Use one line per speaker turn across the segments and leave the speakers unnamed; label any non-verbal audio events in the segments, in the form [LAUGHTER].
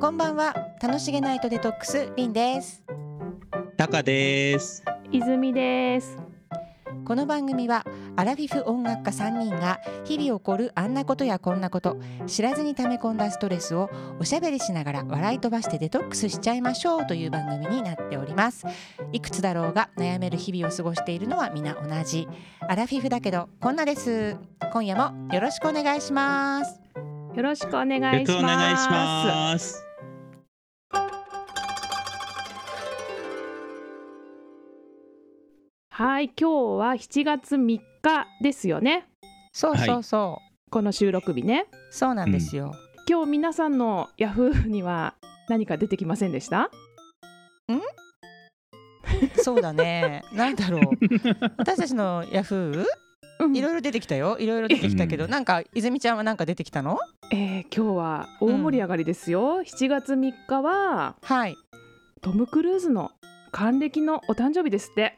こんばんは楽しげナイトデトックスりんです
タカです。
泉です。
この番組はアラフィフ音楽家3人が日々起こるあんなことやこんなこと知らずに溜め込んだストレスをおしゃべりしながら笑い飛ばしてデトックスしちゃいましょうという番組になっておりますいくつだろうが悩める日々を過ごしているのは皆同じアラフィフだけどこんなです今夜もよろしくお願いします
よろしくお願
よろ
い
し
し
くお願いし
ま
ます。
す。はい、今日は7月3日ですよね。
そうそうそう、
この収録日ね。
そうなんですよ、
今日皆さんのヤフーには何か出てきませんでした？
そうだねなんだろう私たちのヤフ
うん
ーいろいろ出てきたよいろいろ出てきたけど、
うん
なんか泉ちゃんはなんか出てきたの
えー今日は大盛り上がりですよ。7月3日は
はい
トムクルーズの還暦のお誕生日ですって。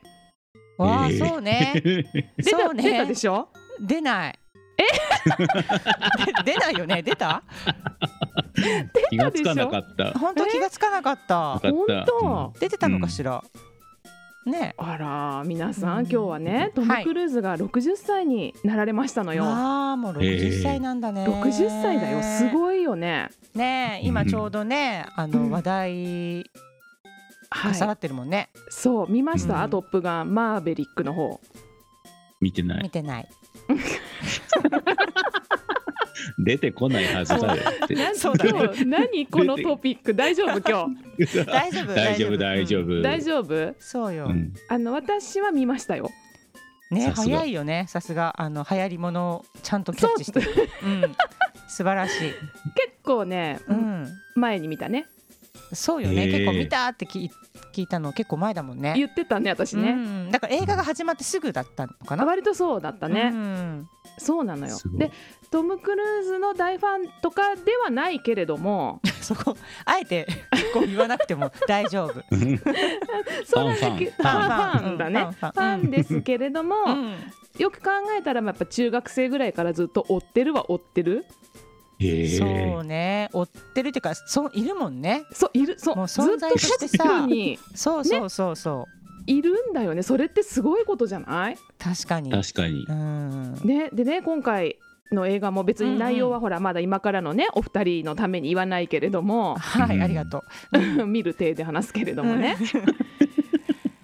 わあ、
えー
そうね
[LAUGHS]
出
そ
た、
う
出た
ね
でしょ？
出ない [LAUGHS] え出ないよね出た
気がつかなかった。な
本当気がつかなかった
か
本
った。
当。
出てたのかしら、ね
あら皆さん、
うん
今日はねトム・クルーズが60歳になられましたの
え
よ、
ああもう60歳なんだね、
60歳だよす
い
ごいよね、
ねえ今ちょうどね、あ
う
の
ん
話題
は
が下が
い、
ってるもんね、
そう見ました、
うん
トップガンマーベリックの方
見てな
見
い。
てない
出てこないはずだよって。
な
そうだね
今日何このトピック大丈夫今
大丈夫
大丈夫大丈
うん
夫。
日大丈夫
そうよ、
うん
あの私は見ましたよ
ね
さすが
早いよねさすがあの流行りものをちゃんとキャッチしてる、うん、素晴らしい、
結構ね、
うん、
前に見たね
そうよね、
へえ
結構見たって聞い聞いたの結構前だもんね
言ってたね私
う
ね、
ん、だから映画が始まってすぐだったのかな
割とそうだったね、
うん [LAUGHS]
そうなのよ
すごい
でトム・クルーズの大ファンとかではないけれど
[LAUGHS]
も
そこあえて結構言わなくても大
[LAUGHS]
丈夫
そうなんだけど
ファン
あファンだね
ファン
ファンですけれども、
うんうん
よく考えたらまあやっぱ中学生ぐらいからずっと追ってるは追ってる
へえ
そうね追ってるっていうかそういるもんね
そういるそう
もう存在としてさ
ずっとトップに
そうそうそうそう、
いるんだよねそれってすごいことじゃない、
確かに
確かに
う。ん
ね、でね今回の映画も別に内容
うんう
はほらまだ今からのねお二人のために言わないけれども、
はい、ありがとう
[LAUGHS] 見る体で話すけれどもね、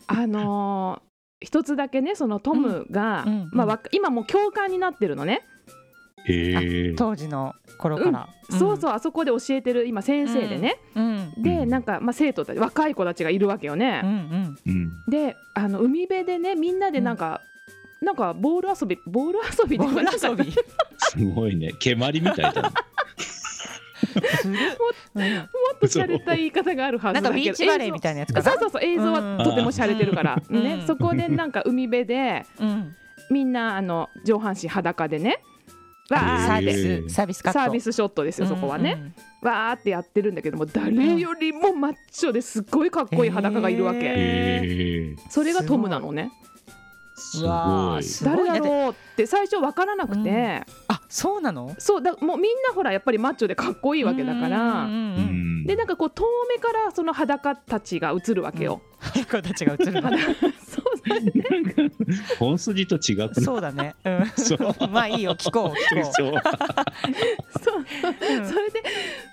あのー一つだけねそのトムが、
うんうん
まあわか、今もう共感になってるのね、
へえ。
当時の頃から、
そうそうあそこで教えてる今先生でね、
うん、うん
で
うん
なんか、まあ、生徒たち若い子たちがいるわけよね。
うんうん
うん。
であの海辺でねみんなでなんか、なんかボール遊びボール遊び
ボール
なんか
遊び
すごいね。蹴まりみたいだね。
するうん
もっと洒落た言い方があるは
な
ず
んか
だ
ビ
け
ー
ど
チバレーみたいなやつか
映像
な
そうそうそう映像はとても洒落てるから、
うんう
ね
ん
そこでなんか海辺で
うん
みんなあの上半身裸でね
あ
わ
サー
ーっ
ビ
て
スサービスカット
サービスショットですよそこはね、
ね
わーってやってるんだけども誰よりもマッチョですっごいかっこいい裸がいるわけ、
へー
へえ。
それがトムなのね
す
わ
ご
あ
い。
すご
誰
い
だ
ね
ろうって最初わからなくて、
うんあそうなの
そうだもうみんなほらやっぱりマッチョでかっこいいわけだから、
うんうん
う
うんうん
ん
でなんかこう遠目からその裸たちが映るわけよ。
子たちが映るの
そう
なんか本筋と違くない。
[LAUGHS] そうだねうん
そう。
まあいいよ聞こう聞こ
そう。
そう
ううん
それで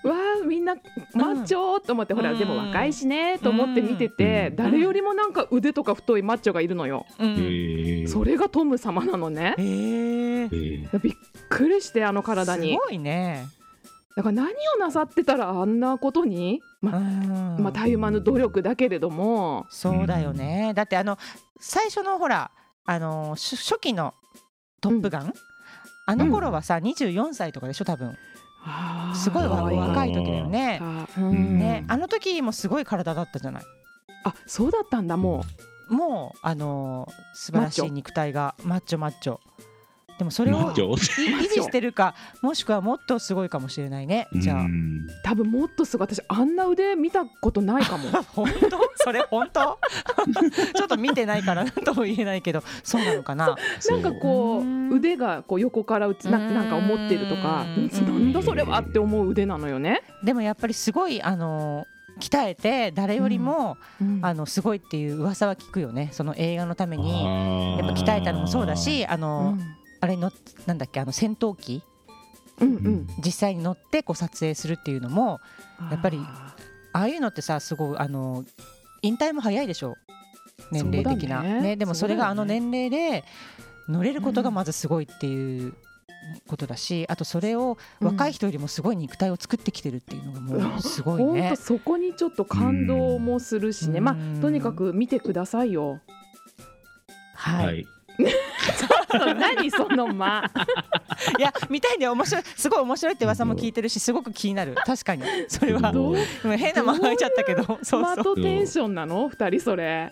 わあみんなマッチョと思って、ほら
うん
でも若いしねと思って見てて、
うん
誰よりもなんか腕とか太いマッチョがいるのよ、
うん
へえ。
それがトム様なのね
へえ
へえ。
びっくりしてあの体に
すごいね
だから何をなさってたらあんなことにま
うん
まあたゆまぬ努力だけれども
そうだよねだってあの最初のほらあの初初期の「トップガン」あの頃はさ24歳とかでしょ多分
あー
すごいわ
可愛かっ
若い時だよね
たうん
うん
ね、あの時もすごい体だったじゃない。
あそうだったんだもう
もうあのー素晴らし
マッ
い
チョ
肉体がマッチョマッチョ。でもそれを
上手
い維持してるかもしくはもっとすごいかもしれないねじゃ
う
あ
ん
多分もっとすごい私あんな腕見たことないかも
本当 [LAUGHS] それ本当ちょっと見てないからなんとも言えないけどそうなのかな
なんかこ
う
うん腕がこう横から打つな
うん
なんか思ってるとか
うん
なんだそれはって思う腕なのよね、
でもやっぱりすごいあの鍛えて誰よりも、あのすごいっていう噂は聞くよねその映画のためにや
や
っぱ鍛えたのもそうだしあ
う
の、
ん
あれのなんだっけあの戦闘機
うんうん
実際に乗ってこう撮影するっていうのもやっぱり
あ
ああいうのってさすごいあの引退も早いでしょ年齢的な、
そうだね
ねでもそれがあの年齢で乗れることがまずすごいっていうことだし、あとそれを若い人よりもすごい肉体を作ってきてるっていうのがもうすごい
ーほん
ね
と。そこにちょっと感動もするしね、
うん
まあとにかく見てくださ
[LAUGHS]
いよ
は、
はいい。
何その間
いや見たいね面白いすごい面白いって噂も聞いてるしすごく気になる確かにそれは。
どう
うん変な間が空いちゃったけどそう
マー
そう
トテンションなの二人それ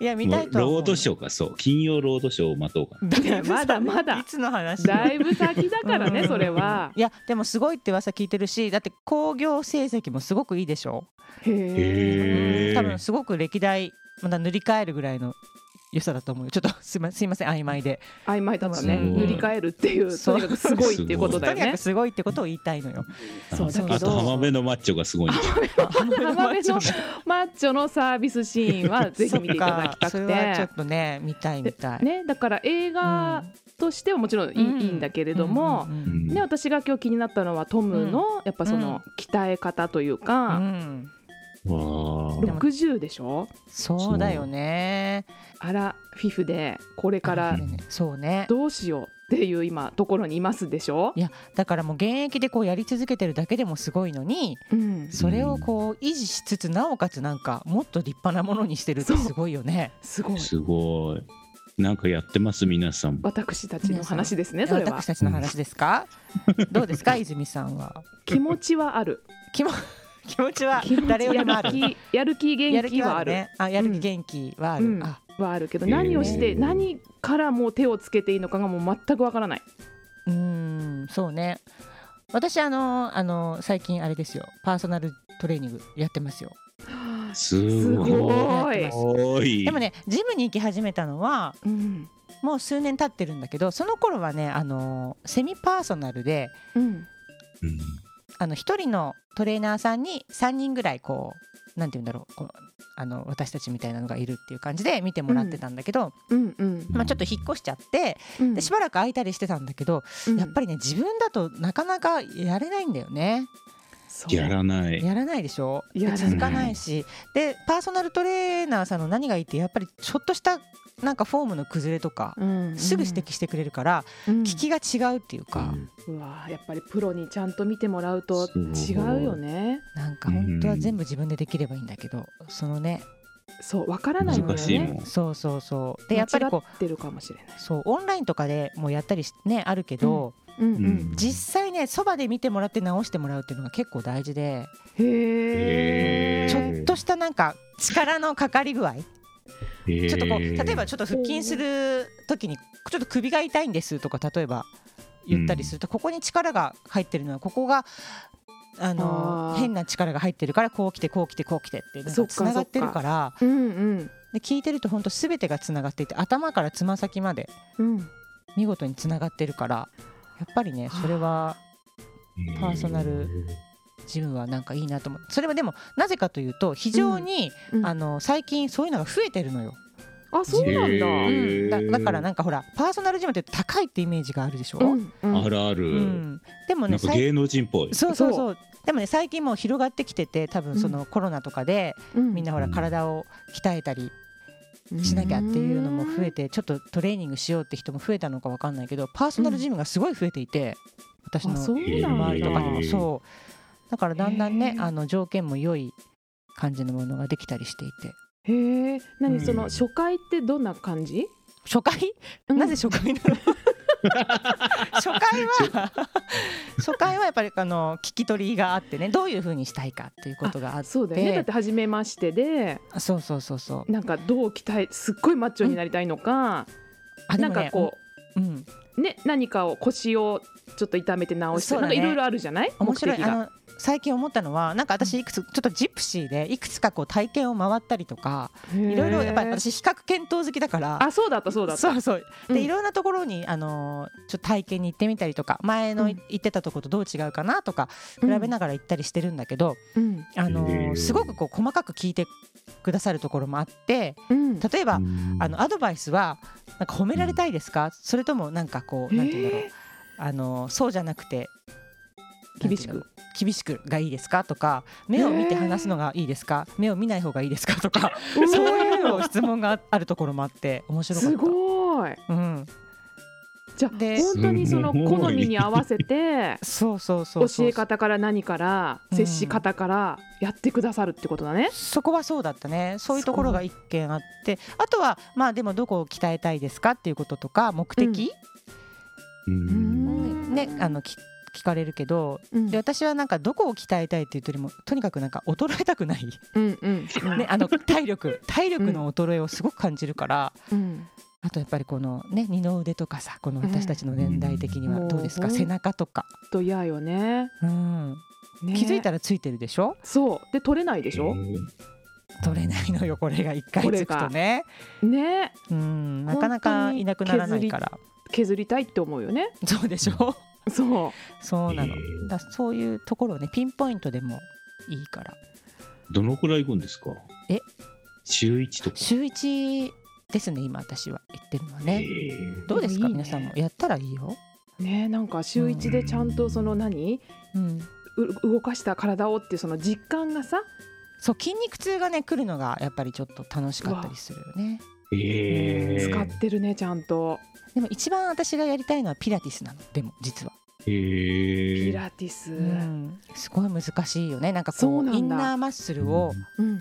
いや見
も
た
う
いとは思
ロ
う
ー
[LAUGHS]
ドショーか、そう。金曜ロードショーを待とうか。
いやまだま
[LAUGHS]
だ
いつの話
だいぶ先だから
う
ね
ん
それはい
やでもすごいって噂聞いてるしだって興行成績もすごくいいでしょ、
へえ
へ
う
え。
ん多分すごく歴代まだ塗り替えるぐらいの良さだと思うよちょっとすいますいません曖昧で、
曖昧だったね
すごい
塗り替えるっていう
そう
とにかくすごいっていうこと
と
だよ
にか
ね
くすごいってことを言いたいのよ
そうだけど
あと浜辺のマッチョがすごいんですよ。
浜辺のマッチョのサービスシーンはぜひ見ていただきた
そ
く。
っかそれはちょってとね見たい見たい、
ね、だから映画としてはもちろんいい,、
うん
ん、だけれども、
うん
うん
ね、私が今日気になったのはトムのやっぱその鍛え方という
うんう
か、
ん
[LAUGHS] わ
でも
あ。
60でしょ
そうだよね
アラフィフでこれから
そうね
どうしようっていう今ところにいますでしょ
い、やだからもう現役でこうやり続けてるだけでもすごいのに
うん、
それをこう維持しつつなおかつなんかもっと立派なものにしてるってすごいよね。
すごい
すごい。なんかやってます皆さん。
私たちの話ですねそれは
私たちの話ですか？どうですか泉さんは？
気持ちはある
気も気持ちは
気持ち
誰よりもある。
やる気や
やる
る気元気
気
は
は
あ
ある
る
ね。あやる気元気はあ
うん
る。あ
はあるけど
えー
何をして何からもう手をつけていいのかがもう全くわからない。
うーんそうね。私あのあの最近あれですよパーソナルトレーニングやってますよ。
す
す
ごい。
ごい
やってます
おい。
でもねジムに行き始めたのは
うん
もう数年経ってるんだけどその頃はねあのセミパーソナルで。
うん
うん。
あの一人のトレーナーさんに3人ぐらいこうなんて言うんだろうこうあの私たちみたいなのがいるっていう感じで見てもらってたんだけど、
うんうん
まあ、ちょっと引っ越しちゃって
うん
でしばらく空いたりしてたんだけど、やっぱりね自分だとなかなかやれないんだよね
り
やらない。
やらないでしょ
や
で
らない
続かないしでパーソナルトレーナーさんの何がいいってやっぱりちょっとしたなんかフォームの崩れとか、すぐ指摘してくれるから、
聞き
聞きが違うっていうか、
うわーやっぱりプロにちゃんと見てもらうと
すごい
違うよね。
なんか本当は全部自分でできればいいんだけど、そのね
そうわからないの
難
よ
しい
ね。
もん。
そうそうそうでやっぱりこう
間違ってるかもしれない。
そうオンラインとかでもうやったりしねあるけど、
うん
うん
実際ねそばで見てもらって直してもらうっていうのが結構大事で、
へ
へ
え。
ー
ちょっとしたなんか力のかかり具合、
ち
ちょっとこう例えばちょっと腹筋する時にちょっと首が痛いんですとか例えば言ったりすると、ここに力が入ってるのはここが。あの
あー
変な力が入ってるからこう来てこう来てこう来てって
そっか
つながってるから
うんうん
で聞いてると本当すべてがつながっていて頭からつま先まで
うん。
見事につながってるからやっぱりねそれはパーソナルジムはなんかいいなと思うそれはでもなぜかというと非常に、
うんうん
あの最近そういうのが増えてるのよ、
あそうなんだ。
へー
だだからなんかほらパーソナルジムって高いってイメージがあるでしょ、
うんうん
あるあ
う
る。
んでも
な
ね
んか
最
芸能人っぽい。
そうそうそうでもね最近もう広がってきてて多分そうのコロナとかで、
うん
みんなほら
うん
体を鍛えたりしなきゃっていうのも増えてちょっとトレーニングしようって人も増えたのかわかんないけどパーソナルジムがすごい増えていて、私の
あそう
へー
なんだ
周りとかにも
へー
そうだからだんだんね
へー
あの条件も良い感じのものができたりしていて
へえ
う
何
ん
その初回ってどんな感じ、
初回、なぜ初回なの
[LAUGHS]
初回は [LAUGHS] 初回はやっぱりあの聞き取りがあってねどういうふうにしたいかっていうことがあって
そうだよねだって初めましてで
そうそうそうそう
なんかどう鍛えすっごいマッチョになりたいのか、
あで
なん
も
か
ね
こ
うん
ね何かを腰をちょっと痛めて直して、
そう
な
だ
んか
ね
いろいろあるじゃない
面白
目
い
的
あ
が
の最近思ったのはなんか私いくつちょっとジプシーでいくつかこう体験を回ったりとかいろいろやっぱり
へー
私比較検討好きだから
あそうだったそうだった
そうそう
うん
でいろんなところにあのーちょっと体験に行ってみたりとか前
う
の
ん
い行ってたとことどう違うかなとか比
うん
べながら行ったりしてるんだけど、
うん
あのー
へー
すごくこう細かく聞いてくださるところもあって
うん
例えば、
うん
あのアドバイスはなんか褒められたいですか、それともなんかこうなんて言うんだろう、
え
あのーそうじゃなくて
厳しく
なんて言うんだろう厳しくがいいですかとか目を見て話すのがいいですか、目を見ない方がいいですかとか
ー
そういうのを質問があるところもあって面白かった。
すごい
うん、
じゃあ
で
本当にその
すごい
好みに合わせて
そうそう [LAUGHS] そ
教
うそう
え方から何から
うん
接し方からやってくださるってことだね。
そこはそうだったねそういうところが一件あってあとはまあでもどこを鍛えたいですかっていうこととか目的、
うん
ねあのき聞かれるけど
うん
で私はなんかどこを鍛えたいっていうとよりもとにかくなんか衰えたくない、
うんうんうん
ね、あの体力体力の衰えをすごく感じるから、
うん
あとやっぱりこのね二の腕とかさこの私たちの年代的には
うん
どうですか、
もう
背中とか、
と嫌よね。
うん、
ね
気づいたらついてるでしょ
そうで取れないでしょ。
取れないのよこれが一回つくとね、
ね
うん、なかなかいなくならないから
削りたいって思うよね。
そうでしょ
そ
そうなの。
えー
だそういうところをねピンポイントでもいいから。
どのくらい行くんですか
え
週一とか
週一ですね今私は言ってるのはね。
えー
どうです
で
か
もいいね
皆さんもやったらいいよ。
うねなんか週一でちゃんとその何
うん。
う動かした体をってその実感がさ
そう筋肉痛がね来るのがやっぱりちょっと楽しかったりするよね。
えー
使ってるねちゃんと。
でも一番私がやりたいのはピラティスなのでも実は。
えー
ピラティス。
うん。すごい難しいよねなんか
そ
こ
う
う
なんだ
インナーマッスルを
うん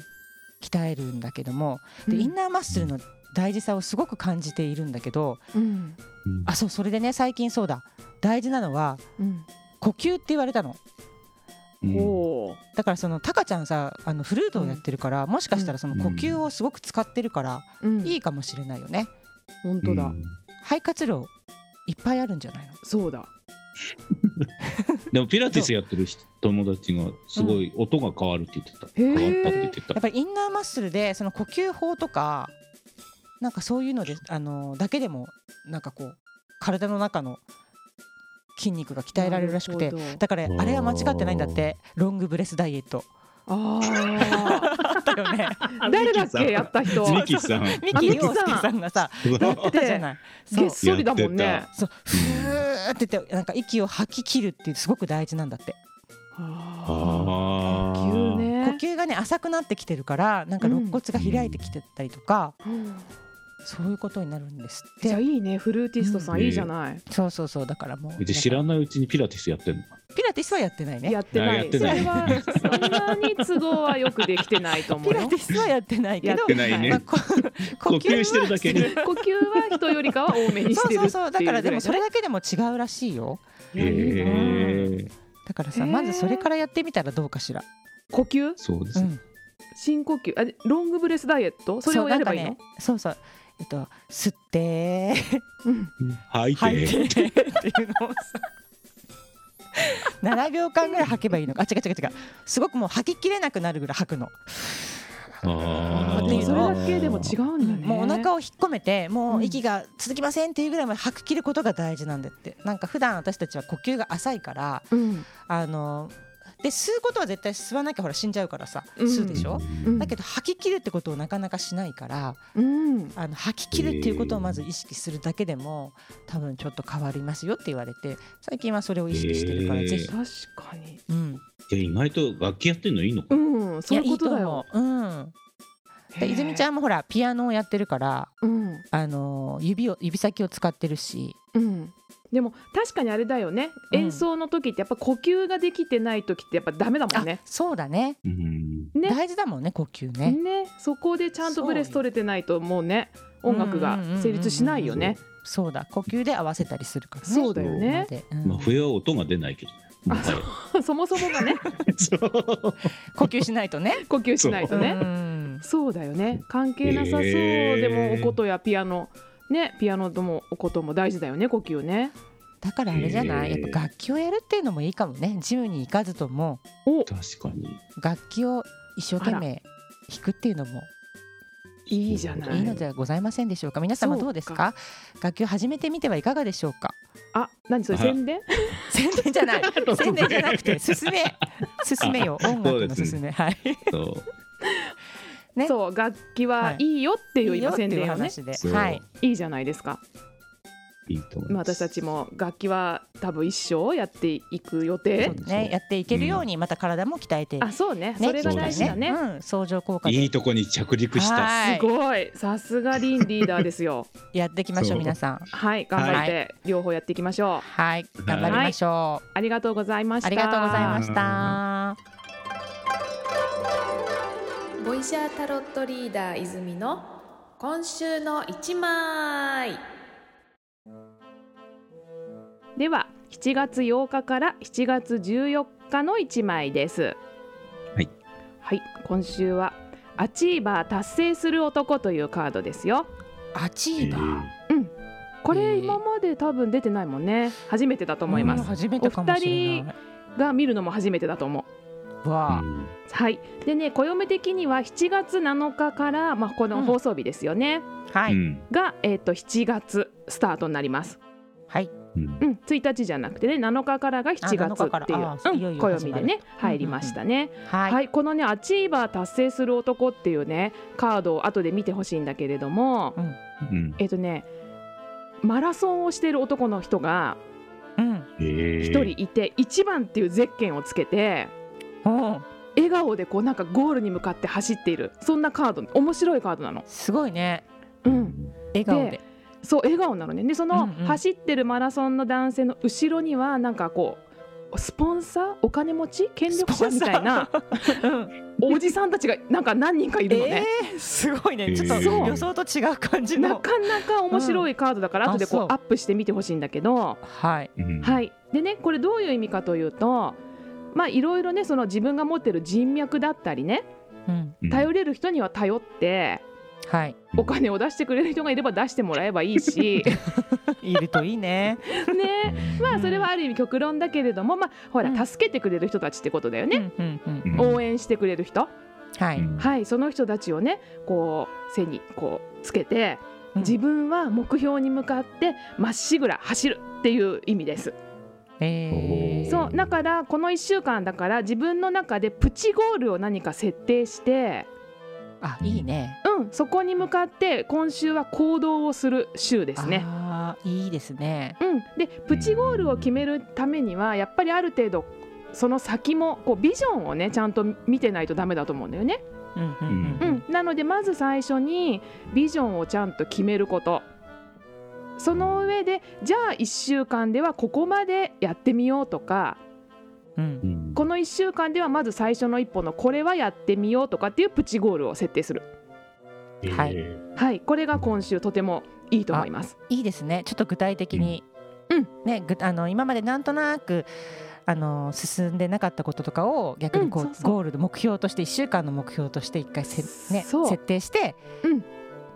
鍛えるんだけども、でインナーマッスルの大事さをすごく感じているんだけど、
うん
うん
あそうそれでね最近そうだ大事なのは
うん
呼吸って言われたの。
うん
おー
だからそのタカちゃんさあのフルートをやってるから、もしかしたらその呼吸をすごく使ってるから、
うん
いいかもしれないよね
本当だ
う。ん
肺活量いっぱいあるんじゃないの
そうだ。
でもピラティスやってる人友達がすごい音が変わるって言ってた、
へー
変わったって言ってた
やっぱりインナーマッスルでその呼吸法とかなんかそういうのであのだけでもなんかこう体の中の筋肉が鍛えられるらしくて
なるほど
だからあれは間違ってないんだってロングブレスダイエット
[LAUGHS]
あ
あったよね
あ。誰だっけやった人。
ミキさん
ミ
あ
キ
[LAUGHS] ミキさ
洋
ん
介さんがさやってたじゃないそ
げっ
う
そりだもんね。
そうふーって言ってなんか息を吐き切るっていうすごく大事なんだって
あ
[LAUGHS] ああ
あ。呼吸
呼
ね。
吸がね浅くなってきてるからなんか肋骨が開いてきてたりとか、
うん
そういうことになるんですっ
じゃあ
て
いいねフルーティストさん
うん
いいじゃない。
そうそうそうだからもう
で知ら
んか
ないうちにピラティスやってるの
ピラティスはやってないね
やってな
あや
い。
っ
そ
て
れ
ない
はそんなに都合はよくできてないと思
[LAUGHS] ピ
う
ラ
よ
テ。ィスはやってないけ
や
ど
っ
ってないね
まあこ
[LAUGHS] 呼吸してるだけ
は
ね
し
呼吸は人よりかは多め
てる
にし
そう
てる
そ
っ
そ
ていう
うだからでもそれ
ぐ
だけでも違うらしいよ
らいねいやいいな
へー
だからさ
へー
まずそれからやってみたらどうかしら、
呼吸
そうです
う
ね、
ん、
深呼吸あでロングブレスダイエットそれをやればいい
そう
の
なんかね。そうそうえっと吸って
うん
吐いて
吐いて
[LAUGHS]
っていうのをさ7秒間ぐらい吐けばいいのかあ違う違う違うすごくもう吐ききれなくなるぐらい吐くの
あ
ー
でもそれだけでも違うんだね。
もうお腹を引っ込めても
うん
う息が続きませんっていうぐらいまで吐き切ることが大事なんだってなんか普段私たちは呼吸が浅いから
うん
あので吸うことは絶対吸わなきゃほら死んじゃうからさ
うん
吸うでしょ、
うん
だけど吐き切るってことをなかなかしないから
うん。
あの吐き切るっていうことをまず意識するだけでも多分ちょっと変わりますよって言われて最近はそれを意識してるから
へー
ぜひ、
確かに。
うん、
いや意外と楽器やってんのいいのか、
うん、そういうことだよ。
いやいいと思ううんで泉ち
ん。
ゃんもほらピアノをやってるから、
うん、
あのー指を指先を使ってるし、
うん。でも確かにあれだよね、
うん
演奏の時ってやっぱ呼吸ができてない時ってやっぱダメだもんね
あ。そうだね
うん
ね
大事だもんね呼吸
ね
ね、
そこでちゃんとブレス取れてないともうね
そう
音楽が成立しないよね。
そうだ呼吸で合わせたりするからね
そうだよね。
今までうん
まあ、冬は音が出ないけどね
あそう
もは
そもそもがね [LAUGHS]
やそう
呼吸しないと
[LAUGHS]
ね
呼吸しないと
う
ね。
ん
そうだよね関係なさそう、
へー
でもお琴やピアノねピアノともおことも大事だよね呼吸ね
だからあれじゃない、
へー
やっぱ楽器をやるっていうのもいいかもねジムに行かずとも
お
確かに。
楽器を一生懸命弾くっていうのも
いいじゃない
いいのではございませんでしょうか皆様
そうか
どうですか楽器を始めてみてはいかがでしょうか [LAUGHS]
あ何それ
あ
宣伝
宣伝じゃない [LAUGHS] 宣伝じゃなく
[LAUGHS]
て進め進めよ
あ
音楽
そ
の
うですね
進めはい
そう
ね
そう楽器はいいよっていう今宣伝を
いいよって
ね
[LAUGHS] いう話
そう
ではい
いいじゃないですか
いいと思い
まあ
ます。
私たちも楽器は多分一生やっていく予定
そう
ねやっていけるようにまた体も鍛えて
あそうね
ね
それが大事だね
うん相乗効果
いい
で
とこに着陸した。
はい
すごいさすがリンリーダーです
[LAUGHS]
よ
やっていきまし
そ
ょ
う
う皆さん
はい頑張って両方やっていきましょう
はい頑張りましょう
ありがとうございました
ありがとうございまし
は
た。
ボイシャータロットリーダー泉の今週の一枚
では7月8日から7月14日の一枚です
はい、
はい、今週はアチーバー達成する男というカードですよ
アチ
え
ーバー
ー
こ
へ
れ
え
今まで多分出てないもんね初めてだと思います
うん初めてかもしれない。
が見るのも初めてだと思う
わあ、
うん
はいでね暦的には7月7日から、まあ、この放送日ですよね、
は
う
い、
ん
が、えー、と7月スタートになります、
はい、
うん
うん、1日じゃなくてね7日からが7月
あ7日からあ
って
ー
いう
いよ
う
い
ん
よ
暦で
始ま
ね入りましたね、
は、
はいい、このね「アチーバー達成する男」っていうねカードを後で見てほしいんだけれども
うん
えっ、とねマラソンをしている男の人が
うん、
一
一人いて一番っていうゼッケンをつけて
おう
笑顔でこうなんかゴールに向かって走っているそんなカード面白いカードなの。
すごいね、
うん、
笑顔で。
そう笑顔なのねでその
うんうん
走ってるマラソンの男性の後ろにはなんかこうスポンサーお金持ち権力者みたいなおじさんたちがなんか何人かいるのね。
えー、すごい
え
ね、
ー
ちょっと
そう
予想と違う感じ
な
の。
かなか面白いカードだから
うん
後でこう
あそう
アップしてみてほしいんだけど、
はい、
うん
はいでねこれどういう意味かというとまあいろいろねその自分が持ってる人脈だったりね
うん、
うん
頼れる人には頼って
はい、
うん
お金を出してくれる人がいれば出してもらえばいいし
いるといいね。
[LAUGHS] ねまあそれはある意味極論だけれどもまあほ
う
ら
ん
助けてくれる人たちってことだよね。
ね、 [LAUGHS] うん、うん、
うん
応援してくれる人、
はい、
うん
はい、その人たちをねこう背にこうつけて
うん
自分は目標に向かってまっしぐら走るっていう意味です。
えー、
そうだからこの1週間だから自分の中でプチゴールを何か設定して、
あ、いいね。
うん、そこに向かって今週は行動をする週ですね。
あーいいですね。
うん、でプチゴールを決めるためにはやっぱりある程度その先もこうビジョンをねちゃんと見てないとダメだと思うんだよね。
うん、うん、う
うんん、、なのでまず最初にビジョンをちゃんと決めることその上でじゃあ1週間ではここまでやってみようとか
うん、
うん
この1週間ではまず最初の一歩のこれはやってみようとかっていうプチゴールを設定する
はい
えー
はいこれが今週とてもいいと思います
いいですね。ちょっと具体的に。
うん、
ね、ぐ、あの、今までなんとなく。あの進んでなかったこととかを逆にこう,、
うんそうそう
ゴールの目標として1週間の目標として一回せ、ね、
そう
設定して
うん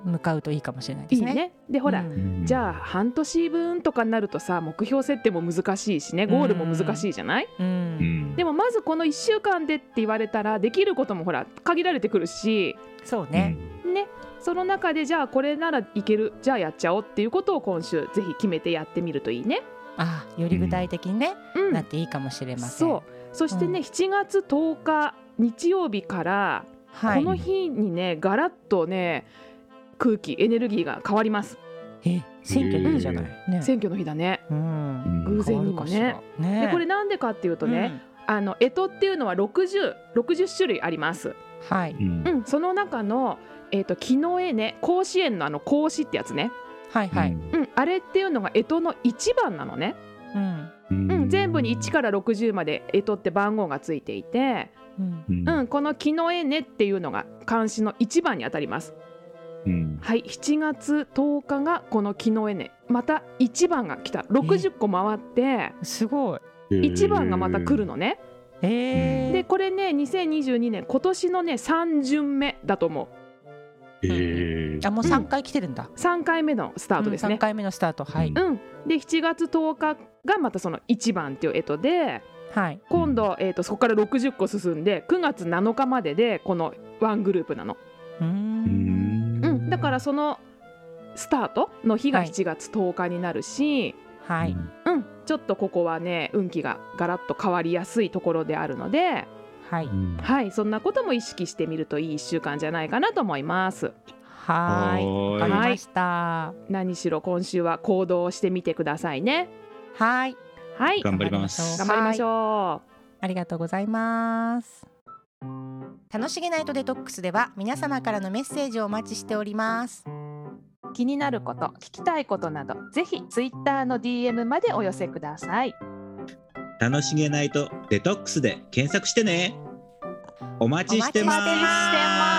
向かうといいかもしれないで
い
す
い
ね。
ねでほら、
うん
うん
じゃあ半年分とかになるとさ目標設定も難しいしねゴールも難しいじゃない、
う、
うんん
でもまずこの1週間でって言われたらできることもほら限られてくるし
そうね、
ね、その中でじゃあこれならいけるじゃあやっちゃおうっていうことを今週ぜひ決めてやってみるといいね。
あより具体的に、ね
うん
なっていいかもしれません。
そうそしてね、
う
7月10日日曜日から
は
こ
い、
の日にね、ガラッとね空気エネルギーが変わります
え選挙の日じゃない、ね
選挙の日だね。
うん
うん
偶然にもね
変わるかしらね
でこれなんでかっていうとね、、あの干支っていうのは6060種類ありま
う
す。
んはい
うん
うん、その中のえっ、と木の絵ね甲子園のあの甲子ってやつね、
はいはい、
うん、あれっていうのが干支の1番なのね。
うん
うん
うん、全部に1から60まで干支って番号がついていて、
うん
うん
うん、この「木の絵ね」っていうのが漢詩の1番にあたります。
うん
はい7月10日がこの「木の絵ね」また1番が来た60個回って
すごい。
1番がまた来るのね。
えー、
でこれね2022年今年のね3巡目だと思う。
ええ
あもう三回来てるんだ。
3回目のスタートです
三
ね。
回目のスタートはい
うんで7月10日がまたその1番っていう干支で
はい。
今度、えー、とそこから60個進んで9月7日まででこのワングループなの、
うー
うんん。
うん、だからそのスタートの日が
はい
7月10日になるし、
はい。
うん、ちょっとここはね運気がガラッと変わりやすいところであるので、
はいう
ん
はい、そんなことも意識してみるといい1週間じゃないかなと思います。
はーい。わかり
はーい
ました。
何しろ今週は行動してみてくださいね。
はい。
はい
頑張ります
頑
頑
張
張
り
り
ま
ま
し
し
ょう。
ょ
ありがとうございます。楽しげナイトデトックスでは皆様からのメッセージをお待ちしております。
気になること聞きたいことなどぜひツイッターの DM までお寄せください
楽しげないとデトックスで検索してねお待ちしてま
お待ちしてます
す